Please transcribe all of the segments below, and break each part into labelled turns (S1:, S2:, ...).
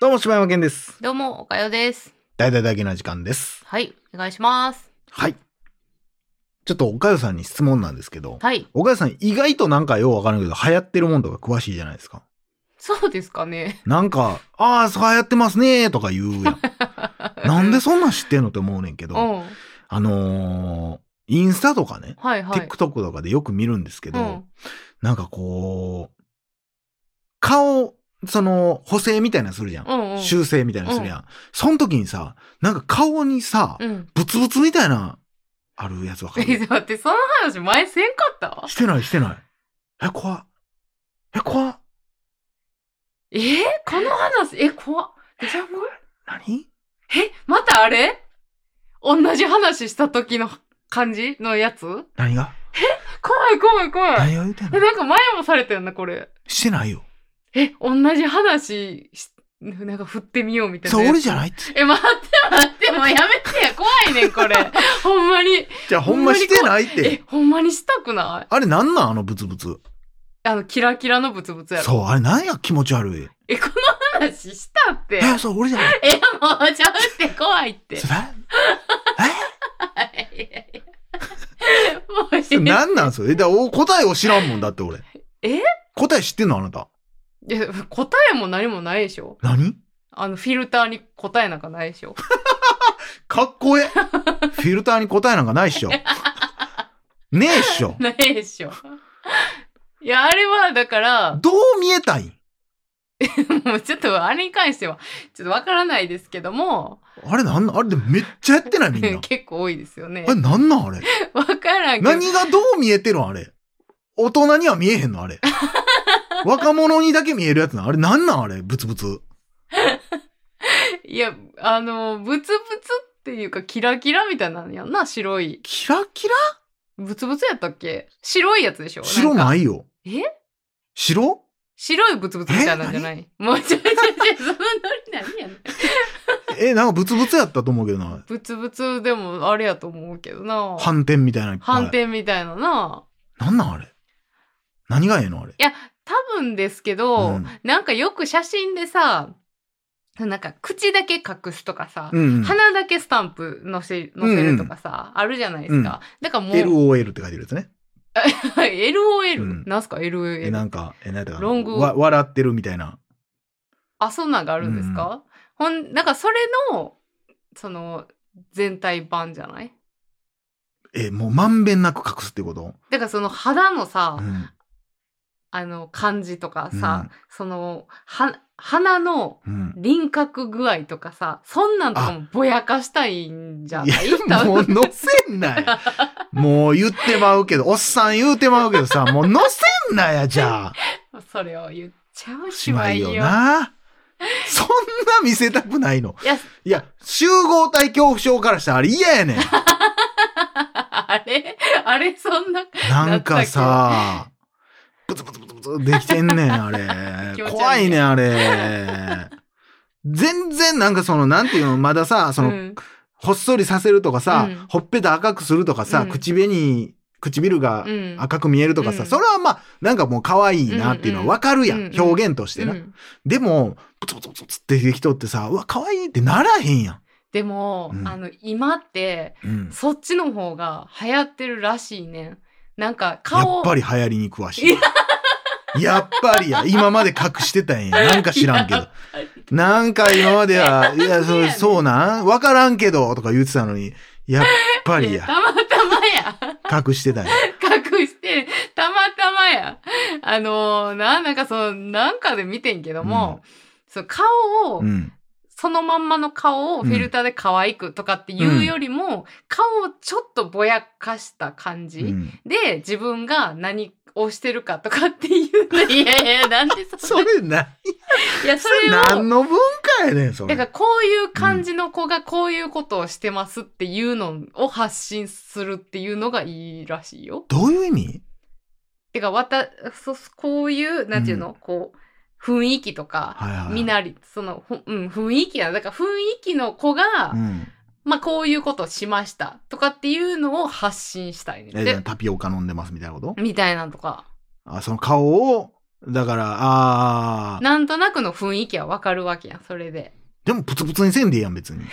S1: どうも、柴山健です。
S2: どうも、おかよです。
S1: 大々だけな時間です。
S2: はい、お願いします。
S1: はい。ちょっと、おかよさんに質問なんですけど、
S2: はい、
S1: おかよさん意外となんかようわからんけど、流行ってるもんとか詳しいじゃないですか。
S2: そうですかね。
S1: なんか、ああ、そう流行ってますねーとか言うやん。なんでそんなん知ってんのって思うねんけ
S2: う
S1: ど、
S2: ん、
S1: あのー、インスタとかね、
S2: はいはい。
S1: TikTok とかでよく見るんですけど、
S2: うん、
S1: なんかこう、顔、その、補正みたいなのするじゃん。
S2: うん、うん。
S1: 修正みたいなのするやん。その時にさ、なんか顔にさ、
S2: うん。
S1: ブツブツみたいな、あるやつわか
S2: え、
S1: る
S2: だってその話前せんかっ た
S1: してないしてない。え、怖っえ、怖っ
S2: えーこの話、え、怖っ。デジャブ
S1: 何
S2: え、またあれ同じ話した時の感じのやつ怖
S1: 何が
S2: い怖い怖い。
S1: 何を言うてんの
S2: え、なんか前もされたよな、これ。
S1: してないよ。
S2: え、同じ話し、なんか振ってみようみたいな
S1: そ
S2: や
S1: う、
S2: つ。
S1: 俺じゃないって。
S2: え、待って待って、もうやめてや、怖いね ん、これ。ほんまに。
S1: じゃあ、ほんましてないって。
S2: え、ほんまにしたくない
S1: あれなんなんあのブツブツ。
S2: あの、キラキラのブツブツやろ。
S1: そう、あれなんや気持ち悪い。
S2: え、この話したって。
S1: え、そう、俺じゃない。
S2: え、もうちゃうって怖いって。
S1: それ
S2: いやいやもう
S1: え
S2: いい
S1: なんなんそれえ、だからお答えを知らんもんだって俺。
S2: え
S1: 答え知ってんのあなた。
S2: いや答えも何もないでしょ。
S1: 何
S2: あの、フィルターに答えなんかないでしょ。
S1: かっこええフィルターに答えなんかないっ しょ。ねえっしょ。
S2: ないでしょ。いや、あれは、だから、
S1: どう見えたいん
S2: もうちょっと、あれに関しては、ちょっとわからないですけども、
S1: あれなんなんあれでめっちゃやってないみ んな。
S2: 結構多いですよね
S1: あれ。なんなんあ れ
S2: わからんけど。
S1: 何がどう見えてるんあれ大人には見えへん のあれ。若者にだけ見えるやつな。あれなんなんあれブツブツ。
S2: いや、あの、ブツブツっていうか、キラキラみたいなのやんな、白い。
S1: キラキラ
S2: ブツブツやったっけ白いやつでしょ
S1: 白
S2: なんか
S1: ないよ。
S2: え
S1: 白
S2: 白いブツブツみたいなんじゃないもうちょいちょいちょい、そのノリ何やねん。
S1: え、なんかブツブツやったと思うけど な。
S2: ブツブツでもあれやと思うけどな。
S1: 反転みたいな。
S2: 反。転みたいなな。
S1: なんなんあれ何がええのあれ。
S2: 多分ですけど、
S1: うん
S2: なんかよく写真でさ、なんか口だけ隠すとかさ、
S1: うんうん。
S2: 鼻だけスタンプ載せ載せるとかさ、あるじゃないですか。だからもう、
S1: LOL って書いてるやつね。
S2: LOL?、
S1: うん
S2: なんすか LOL?
S1: え、なんか、え、なんだかな
S2: ロング
S1: わ笑ってるみたいな。
S2: あ、そんなんがあるんですか、ほん、なんかそれの、その、全体版じゃない
S1: え、もうまんべんなく隠すってこと
S2: だからその肌のさ、
S1: うん。
S2: あの、感じとか
S1: う
S2: さ、
S1: ん
S2: その、は、鼻の
S1: うん。
S2: 輪郭具合とかさ、そんなんとかもぼやかしたいんじゃない
S1: いや、もう載せんなよ。もう言ってまうけど、おっさん言うてまうけどさ、もう載せんなや、じゃあ。
S2: それを言っちゃう
S1: し
S2: し
S1: ま
S2: ま
S1: い
S2: いよ。
S1: よな。そんな見せたくないの。
S2: いや、
S1: いや、集合体恐怖症からしたらあれ嫌やねん。
S2: あれあれそんな、
S1: なんかさ、ブツブツブツブツできてんねん、あ
S2: 気
S1: れ。
S2: 持ち悪いね
S1: 怖いねん、あれ。全然なんかその、なんていうの、まださ、その、
S2: うん
S1: ほっそりさせるとかさ、
S2: うん
S1: ほっぺた赤くするとかさ、
S2: うん
S1: 口紅、唇が
S2: うん
S1: 赤く見えるとかさ、
S2: うん
S1: それはまあ、なんかもう可愛いなっていうのはわかるやん、
S2: うんうん
S1: 表現としてな。
S2: うん
S1: でも、ブツブツブツブツってできとってさ、うわ、可愛いってならへんやん。
S2: でも、
S1: うん
S2: あの、今って、
S1: うん、や
S2: そっちの方が流行ってるらしいねん。なんか顔
S1: っぱり流行りに詳しい。やっぱりや、今まで隠してたんや。なんか知らんけ
S2: い
S1: ど
S2: や。やっぱり
S1: なんか今まで は、いや、そう、そうなんわからんけど、とか言ってたのに、やっぱり
S2: いや
S1: や、
S2: たまたまや。
S1: 隠してたんや。
S2: 隠して、たまたまや。あのーな、なんかその、なんかで見てんけども、その顔を、
S1: うん。
S2: そのまんまの顔をフィルターで可愛くとかっていうよりも、顔をちょっとぼやかした感じ、
S1: うん
S2: で、自分が何をしてるかとかっていうの、いやいや、なんでそ
S1: そ
S2: んな、
S1: れな、
S2: いや、それを、
S1: 何の文化やねん、そ
S2: だか
S1: れ。
S2: らこういう感じの子がこういうことをしてますっていうのを発信するっていうのがいいらしいよ。
S1: どういう意味
S2: てか、わた、そ、こういう、なんていうの、こう、雰囲気とか、
S1: はいはいはい。
S2: みなり、その、ふうん、雰囲気や。だから雰囲気の子が、
S1: うん。
S2: まあこういうことをしましたとかっていうのを発信したいね。
S1: えじゃあ
S2: で、
S1: タピオカ飲んでますみたいなこと
S2: みたいなんとか。
S1: あ、その顔をだから、あー。
S2: なんとなくの雰囲気はわかるわけやん、それで。
S1: でも、プツプツにせんでいいやん、別 に。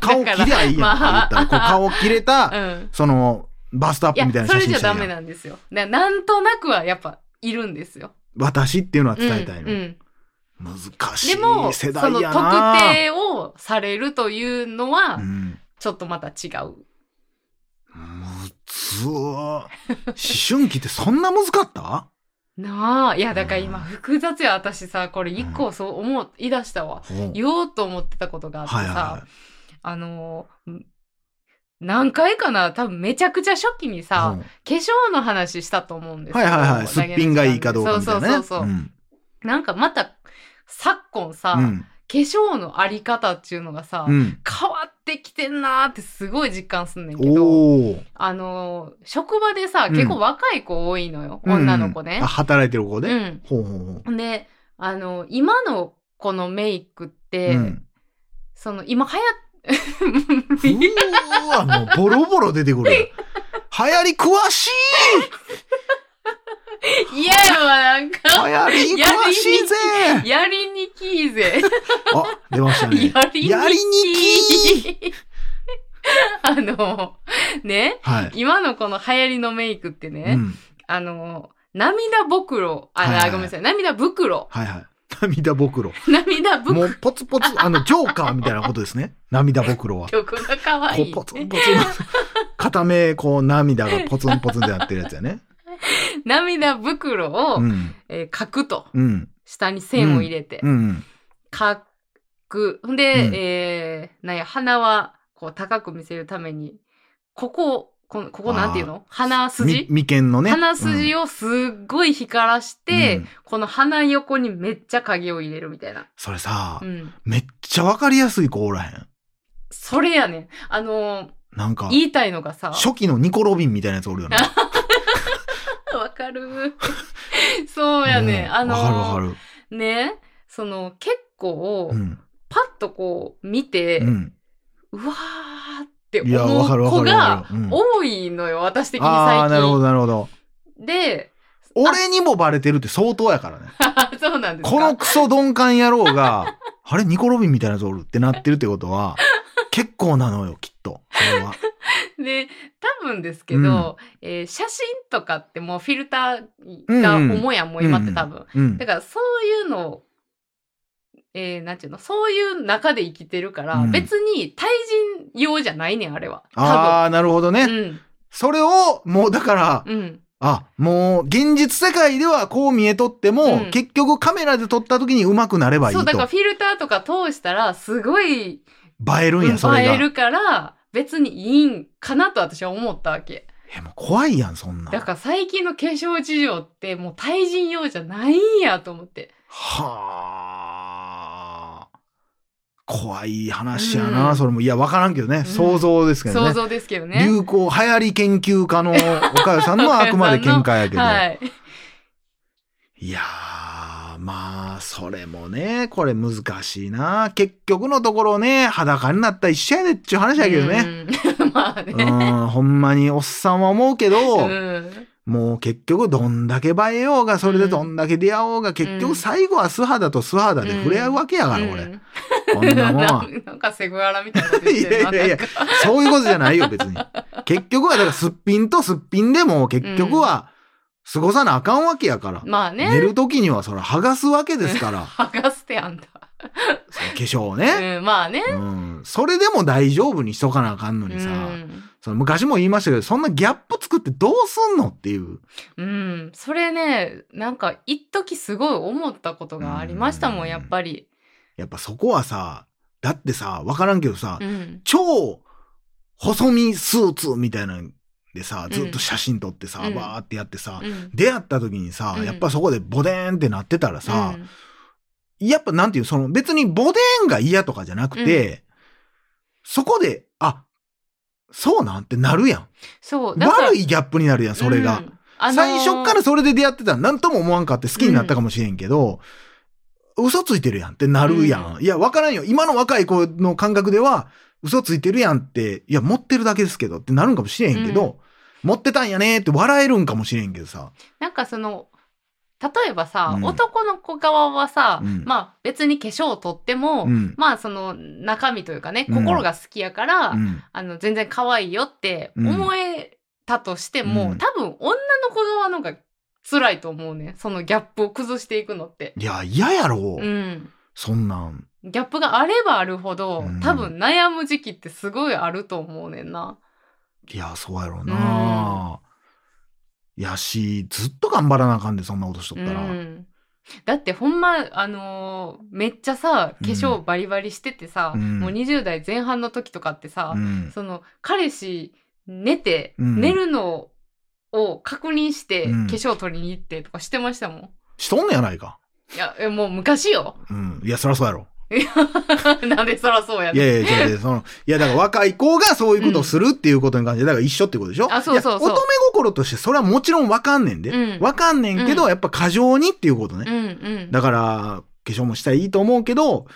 S1: 顔
S2: だ
S1: 切
S2: か
S1: りゃいいやん。
S2: まあ
S1: 言ったらこ う顔切れた、
S2: うん。
S1: その、バストアッ
S2: い
S1: プみたい
S2: や、
S1: な
S2: そ
S1: 写
S2: れ
S1: 真
S2: じゃ
S1: した
S2: ダ
S1: いや
S2: メ
S1: ん
S2: なんですよ。だからなんとなくはやっぱいるんですよ。
S1: 私っていうのは
S2: うん
S1: 伝えたいの。
S2: うん
S1: 難し
S2: でも、
S1: い
S2: そ
S1: 世
S2: の
S1: 代
S2: 特
S1: やな。
S2: 定をされるというのは
S1: う、ん。
S2: ちょっとまた違う。
S1: むずー思春期ってそんな難かった
S2: なあ、いや、だから今
S1: うん
S2: 複雑や、私さ、これ一個そう思う、言い出したわ。
S1: ほう
S2: 言おうと思ってたことがあって
S1: はいはいは
S2: さ、あのー、ん何回かな多分めちゃくちゃ初期に
S1: い。
S2: さ、
S1: うん
S2: 化粧の話したと思うんです
S1: はいはいはい。すっぴんがいいかどうかみたいなね。
S2: そうそうそうそう。
S1: ん
S2: なんかまた、昨今さ、
S1: う
S2: 化
S1: ん。
S2: 粧のあり方っていうのがさ、
S1: うん。
S2: 変わってきてんなーってすごい実感すんねんけど、
S1: おー。
S2: あのー、職場でさ、
S1: うん
S2: 結構若い子多いのよ、
S1: うん
S2: 女の子ね
S1: あ、。働いてる子
S2: う
S1: で。
S2: ん。
S1: ほうほうほう。
S2: で、あの、今のこのメイクって、
S1: うん
S2: その、今流
S1: う
S2: 行っ
S1: ーわ、もうボロボロ出てくる。流 行り詳しい
S2: 嫌やわ、なんか。
S1: 流行りに詳しいぜ
S2: やりにきいぜ。
S1: あ、出ましたね。
S2: やりにき
S1: やりにき
S2: あの、ね、
S1: はい。
S2: 今のこの流行りのメイクってね、
S1: うん。
S2: あの、涙袋、あ、
S1: はいはいはい
S2: ごめんなさい、涙袋、
S1: はいはい。涙ぼくろ。
S2: 涙
S1: も
S2: 袋、
S1: うポツポツ、あの、ジョーカーみたいなことですね。涙ぼくろは。こ
S2: 曲が可愛
S1: う
S2: い。
S1: ポツンポツン。片目、こう、涙がポツンポツンってなってるやつやね。
S2: 涙袋を、
S1: うん。
S2: えー書くと。
S1: うん。
S2: 下に線を入れて
S1: う、ん。
S2: 書く。ほんで、
S1: うん
S2: えー、なんや、鼻は、こう、高く見せるために、ここを、このここなんていうの鼻
S1: み、
S2: 筋
S1: 眉間のね。
S2: 鼻筋をすっごい光らして、
S1: うん
S2: この鼻横にめっちゃ影を入れるみたいな。
S1: それさ
S2: う、ん。
S1: めっちゃわかりやすい子おらへん。
S2: それやねん。あのー
S1: なんか、
S2: 言いたいのがさ、
S1: 初期のニコロビンみたいなやつおるよね。
S2: わかる。 そうやねん。
S1: うん
S2: あの
S1: わかるわか
S2: ー
S1: る。
S2: ね、その結構
S1: う、ん。
S2: パッとこう見て、
S1: うん。
S2: うわーって
S1: いや、
S2: 思
S1: わかる
S2: う
S1: わか
S2: 子
S1: るわ
S2: が
S1: かる。うん
S2: 多いのよ、私的に
S1: ああ、な
S2: 最
S1: るほど、
S2: 近。
S1: なるほど。
S2: で、
S1: 俺にもバレてるって相当やからね。
S2: そうなんですか
S1: このクソ鈍感野郎が、あれ、ニコロビンみたいなやつおるってなってるってことは、結構なのよ、きっと。それは。
S2: で、多分ですけど、
S1: うん
S2: えー写真とかってもうフィルタ
S1: う
S2: ー
S1: ん
S2: が
S1: うん
S2: 重いや ん、もう今って多分。
S1: うん
S2: だ。からそういうのを、えー、なんていうの、そういう中で生きてるから、
S1: うん
S2: 別に対人用じゃないねん、あれは。
S1: あ
S2: 多
S1: あ、なるほどね。
S2: 分。
S1: それを、もうだから、
S2: うん。うん。
S1: あ、もう、現実世界ではこう見えとっても、
S2: うん
S1: 結局カメラで撮った時に上手くなればいい
S2: そう、だから
S1: と。
S2: フィルターとか通したら、すごい
S1: 映えるんや、それ
S2: 映
S1: が。
S2: えるから、別にいいんかなと私は思ったわけ。
S1: え、もう怖いやん、そんなん。
S2: だから最近の化粧事情ってもう対人用じゃないんやと思って。
S1: はあ。怖い話やな、
S2: うん
S1: それも。いや、わからんけどね。
S2: ん
S1: 想像ですけどね。
S2: 想像ですけどね。
S1: 流行、流行り研究家の岡谷さんのはあくまで見解やけど。
S2: はい。
S1: いやー、まあ、それもね、これ難しいな。結局のところね、裸になったら一緒やでっていう話やけどね。
S2: うん。 まあ
S1: う
S2: ね。
S1: ん、ほんまにおっさんは思うけ
S2: う
S1: ど、
S2: ん。
S1: もう結局どんだけ映えようが、それでどんだけ出会おうが、結局最後は素肌と素肌で触れ合うわけやから、
S2: うん
S1: 俺。
S2: うん
S1: こんなもん
S2: な
S1: は。
S2: なんかセクハラみたいなこと言ってるな。
S1: いやいやいや
S2: なんか
S1: そういうことじゃないよ、別 に。結局は、だからすっぴんとすっぴんでも、結局は、過ごさなあかんわけやから。
S2: まあ
S1: 寝
S2: ね。
S1: る時には、それ剥がすわけですから。
S2: 剥がしてあんた。
S1: その化粧をね。
S2: うん、まあね。
S1: うん。それでも大丈夫にしとかなあかんの
S2: う
S1: にさ、
S2: ん。
S1: その昔も言いましたけど、そんなギャップ作ってどうすんのっていう。
S2: うん。それね、なんか、一時すごい思ったことがありましたも、
S1: うんん
S2: やっぱり。
S1: やっぱそこはさ、だってさ、わからんけどさ、
S2: うん。
S1: 超細身スーツみたいなんでさ、
S2: ん
S1: ずっと写真撮ってさ、
S2: うん
S1: バーってやってさ、
S2: うん
S1: 出会った時にさ、
S2: うん
S1: やっぱそこでボデーンってなってたらさ、
S2: うん
S1: やっぱなんていう、その別にボデーンが嫌とかじゃなくて、そこで、あ、そうなんてなるやん。
S2: そう。だから
S1: 悪いギャップになるやん、それが。
S2: うんあのー
S1: 最初からそれで出会ってたら何とも思わんかって好きになったかもしれんけど、嘘ついてるやんってなるやん。いや、わからんよ。今の若い子の感覚では、嘘ついてるやんって、いや、持ってるだけですけどってなるんかもしれへんけど、持ってたんやねーって笑えるんかもしれんけどさ。
S2: なんかその、例えばさ、
S1: うん
S2: 男の子側はさ、
S1: うん
S2: まあ別に化粧をとっても、
S1: うん。
S2: まあその中身というかね、
S1: うん
S2: 心が好きやから、
S1: うん。
S2: あの全然可愛いよって
S1: うん
S2: 思えたとしても、
S1: うん
S2: 多分女の子側の方が辛いと思うね。そのギャップを崩していくのって。
S1: いや、嫌やろ
S2: う。ん。
S1: そんなん。
S2: ギャップがあればあるほど、
S1: うん
S2: 多分悩む時期ってすごいあると思うねんな。
S1: いや、そうやろうな。いやし、ずっと頑張らなあかんで、そんなことしと
S2: う
S1: ったら。うん。
S2: ん。だってほんま、あのーめっちゃさ、化
S1: う
S2: 粧バリバリしててさ、
S1: うん
S2: もう20代前半の時とかってさ、その彼氏寝て、
S1: うん
S2: 寝るのを確認して化
S1: うん
S2: 粧取りに行ってとかしてましたもん。
S1: しとんねやないか。
S2: いや、えもう昔よ。
S1: うん。いや、そりゃそうやろ。
S2: なんでそらそうや
S1: い
S2: ねん。
S1: やいやいやいや、その、いや、だから若い子がそういうことをするっていうことに関して、だから一緒ってことでしょ
S2: あそうそうそう
S1: いや乙女心として、それはもちろんわかんねんで。
S2: うん
S1: わかんねんけど、やっぱ過剰にっていうこと
S2: う
S1: ね。
S2: んうん。
S1: だから、化粧もしたらいいと思うけど、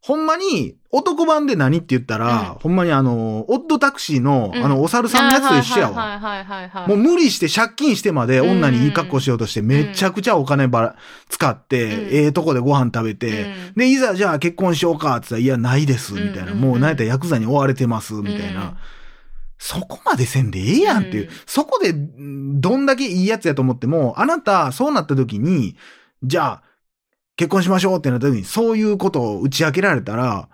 S1: ほんまに、男版で何って言ったら、
S2: うん
S1: ほんまにあの、オッドタクシーの、あの、お猿さんのやつと一緒やわ。
S2: はいはいはいはいはい。
S1: もう無理して借金してまで
S2: うん
S1: 女にいい格好しようとしてめちゃくちゃお金ばら使って、
S2: うん
S1: ええとこでご飯食べ
S2: う
S1: て、
S2: ん
S1: で、いざじゃあ結婚しようかって言ったら、いや、ないです、みたいな。
S2: うん
S1: もうなんやったらヤクザに追われてます、みたいな。。そこまでせんでええやんっていう。
S2: うん
S1: そこで、んどんだけいいやつやと思っても、あなた、そうなった時に、じゃあ、結婚しましょうってなった時に、そういうことを打ち明けられたら、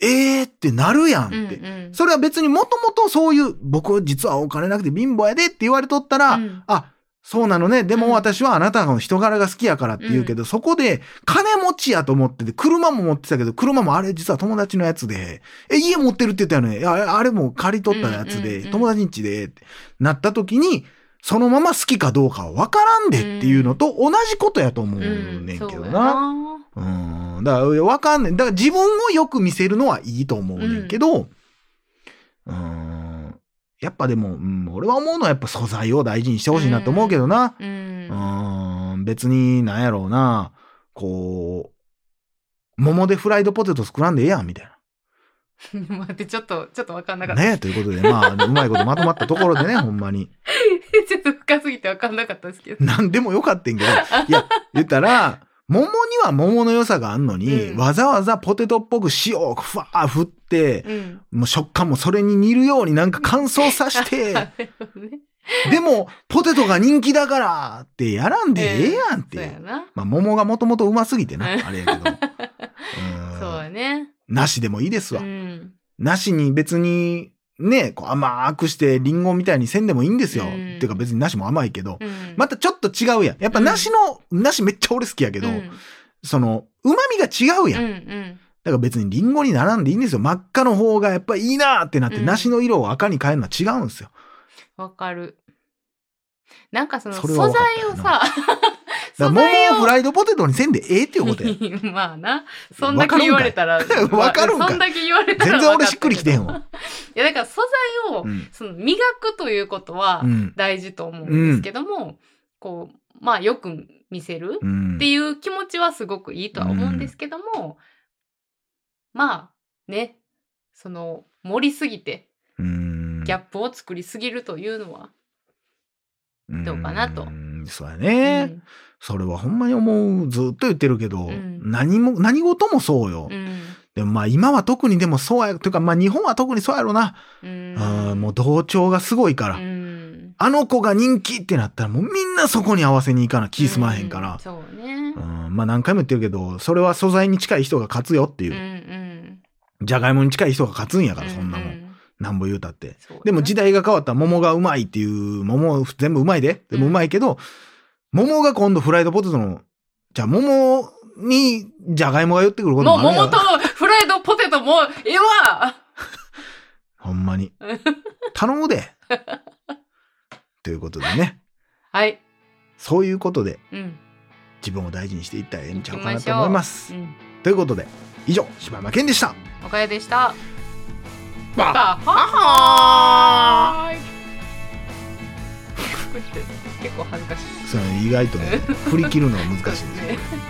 S1: ええってなるやんっ
S2: うんうん
S1: て。
S2: うん
S1: それは別にもともとそういう、僕実はお金なくて貧乏やでって言われとったら、
S2: うん
S1: あ、そうなのね。で
S2: うん
S1: も私はあなたの人柄が好きやからって言うけど、そこで金持ちやと思ってて、車も持ってたけど、車もあれ実は友達のやつで、え、家持ってるって言ったよね。いやあれも借り取ったやつ
S2: うん
S1: で、
S2: うんうん
S1: 友達ん家で、ってなった時に、そのまま好きかどうかは分からんでっていうのと同じことやと思う
S2: うん
S1: ねんけ
S2: そ
S1: ど
S2: うや
S1: な。うん。だから、わかんない。だから自分をよく見せるのはいいと思うねんけど、うん、やっぱでも、うん、俺は思うのはやっぱ素材を大事にしてほしいなと思うけどな。
S2: う。
S1: うんん、別になんやろうな。こう、桃でフライドポテト作らんでええやん、みたいな。
S2: 待って、ちょっと、ちょっとわかんなかった。
S1: ねということで、まあ、うまいことまとまったところでね、 ほんまに。
S2: ちょっと深すぎてわかんなかったですけど。
S1: なんでもよかってんけど、いや、言ったら、桃には桃の良さがあんのに、
S2: うん
S1: わざわざポテトっぽく塩をふわー振って、
S2: うん。
S1: もう食感もそれに似るようになんか乾燥させ
S2: な
S1: て、
S2: るほどね
S1: でも、ポテトが人気だからってやらんでええやんって。
S2: そうやな。
S1: まあ、桃がもともとうますぎてな、
S2: うん
S1: あれや けど。うーん
S2: そうやね。
S1: なしでもいいです
S2: う
S1: わ。
S2: ん。
S1: なしに別に、ね、こう甘くしてリンゴみたいにせんでもいいんですよ。
S2: うん
S1: てか別になしも甘いけど。
S2: うん
S1: またちょっと違うやん。やっぱなしの、なしめっちゃ俺好きやけど、
S2: うん
S1: その、旨味が違うやん
S2: うんうん。
S1: だから別にリンゴに並んでいいんですよ。真っ赤の方がやっぱいいなーってなって、
S2: うん
S1: 梨の色を赤に変えるのは違うんですよ。
S2: わかる。なんかその
S1: そ
S2: 素
S1: れは
S2: 材
S1: わかったよ
S2: を
S1: な
S2: さ、
S1: だから
S2: 素
S1: 桃
S2: 材
S1: を
S2: を
S1: フライドポテトにせんでええっていう ことや。
S2: まあな。そんだけ言われたら。
S1: わかるんかいわかるんかい
S2: そんだけ言われたら
S1: 全
S2: わ
S1: 然俺
S2: かたけど。
S1: しっくりきてへんわ。
S2: いや、だから素材を、
S1: うん
S2: その磨くということは
S1: うん。
S2: 大事と思うんですけども、こう、まあよく見せる
S1: う
S2: っ
S1: ん
S2: て。いう気持ちはすごくいいとは思うんですけども、まあね、その盛りすぎて
S1: うん
S2: ギャップを作りすぎるというのは、どうかなと
S1: うんそうやね、それはほんまに思う。ずっと言ってるけど、
S2: ん
S1: 何も、何事もそうよ。
S2: うんうん
S1: でもまあ今は特にでもそうや、というかまあ日本は特にそうやろな。
S2: うん
S1: あーもう同調がすごいから、
S2: うん
S1: あの子が人気ってなったらもうみんなそこに合わせに行かな気すまへんから
S2: う。そうね
S1: う。ん、まあ何回も言ってるけど、それは素材に近い人が勝つよって
S2: う
S1: い
S2: んう
S1: う。
S2: ん。
S1: じゃがいもに近い人が勝つんやから、そんなも。
S2: うんう
S1: なんぼ言うたって。
S2: そうね
S1: でも時代が変わったら桃がうまいっていう、桃全部うまいで。でもうまいけど、桃が今度フライドポテトの、じゃあ桃にじゃがいもが寄ってくること
S2: もう
S1: もあるん
S2: 桃
S1: や
S2: とフライドポテトもええわ
S1: ほんまに。頼むで。ということでね。
S2: はい。
S1: そういうことで
S2: うん。
S1: 自分を大事にしていったらええんちゃうかなと思います。
S2: うん。
S1: ということで、以上、柴山健でした。
S2: おかよでした。
S1: バ
S2: バッ
S1: は
S2: はーい。 結構恥ずかしい。
S1: その意外とね、振り切るのが難しいんですよ。
S2: ね